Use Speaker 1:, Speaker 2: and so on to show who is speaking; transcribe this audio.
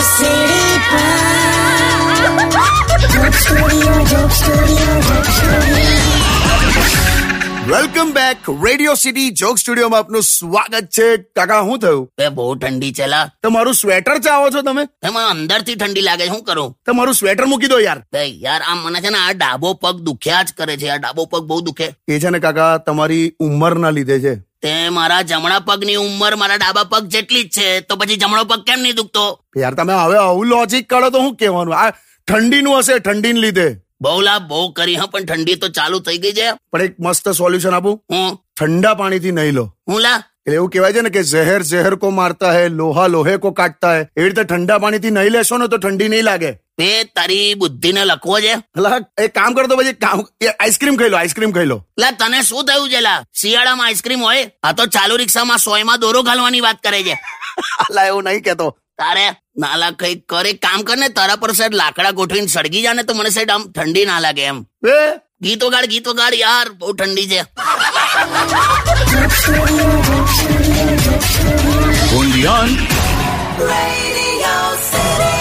Speaker 1: સીડી
Speaker 2: welcome back radio city joke સ્ટુડિયોમાં આપનું સ્વાગત છે કાકા શું થયું
Speaker 3: બે બહુ ઠંડી છે લા
Speaker 2: તમારું સ્વેટર ચાહો છો તમે
Speaker 3: એમાં અંદરથી ઠંડી લાગે છે. શું કરું
Speaker 2: તમારું સ્વેટર મૂકી દો યાર
Speaker 3: બે યાર આ મને છે ને આ ડાબો પગ દુખ્યા જ કરે છે આ ડાબો પગ બહુ દુખે
Speaker 2: એ છે ને કાકા તમારી ઉંમરના લીધે છે
Speaker 3: તે મારા જમણા પગની ઉંમર મારા ડાબા પગ જેટલી જ છે તો પછી જમણો પગ કેમ નહીં દુખતો
Speaker 2: યાર તમે હવે આવું લોજિક કાઢો તો શું કહેવાનું આ ઠંડીનું હશે ઠંડીને લીધે
Speaker 3: બહુ લા બહુ કરી હા પણ ઠંડી તો ચાલુ થઈ ગઈ છે
Speaker 2: પણ એક મસ્ત સોલ્યુશન આપું
Speaker 3: હું
Speaker 2: ઠંડા પાણીથી નહીં લો
Speaker 3: હું લા
Speaker 2: એટલે એવું કહેવાય છે ને કે ઝહેર ઝહેર કો મારતા હે લોહા લોહે કો કાટતા હે એવી રીતે ઠંડા પાણીથી નહીં લેશો ને તો ઠંડી નહીં લાગે
Speaker 3: બે તારી બુદ્ધિને લખવો છે
Speaker 2: અલા એ કામ કરો તો પછી કામ એ આઈસ્ક્રીમ ખાઈ લો આઈસ્ક્રીમ ખાઈ લો
Speaker 3: લા તને શું થયું છે લા શિયાળામાં આઈસ્ક્રીમ હોય આ તો ચાલુ રિક્ષામાં સોયમાં દોરો ઘાલવાની વાત કરે છે
Speaker 2: અલા એવું નહીં કહેતો
Speaker 3: તારે નાલા કઈ કરે કામ કર ને તારા પર સાહેબ લાકડા ગોઠવીને સળગી જા ને તો મને સાહેબ આમ ઠંડી ના લાગે એમ
Speaker 2: એ
Speaker 3: ગીતો ગાડ ગીતો ગાડ યાર બહુ ઠંડી છે
Speaker 1: Radio City.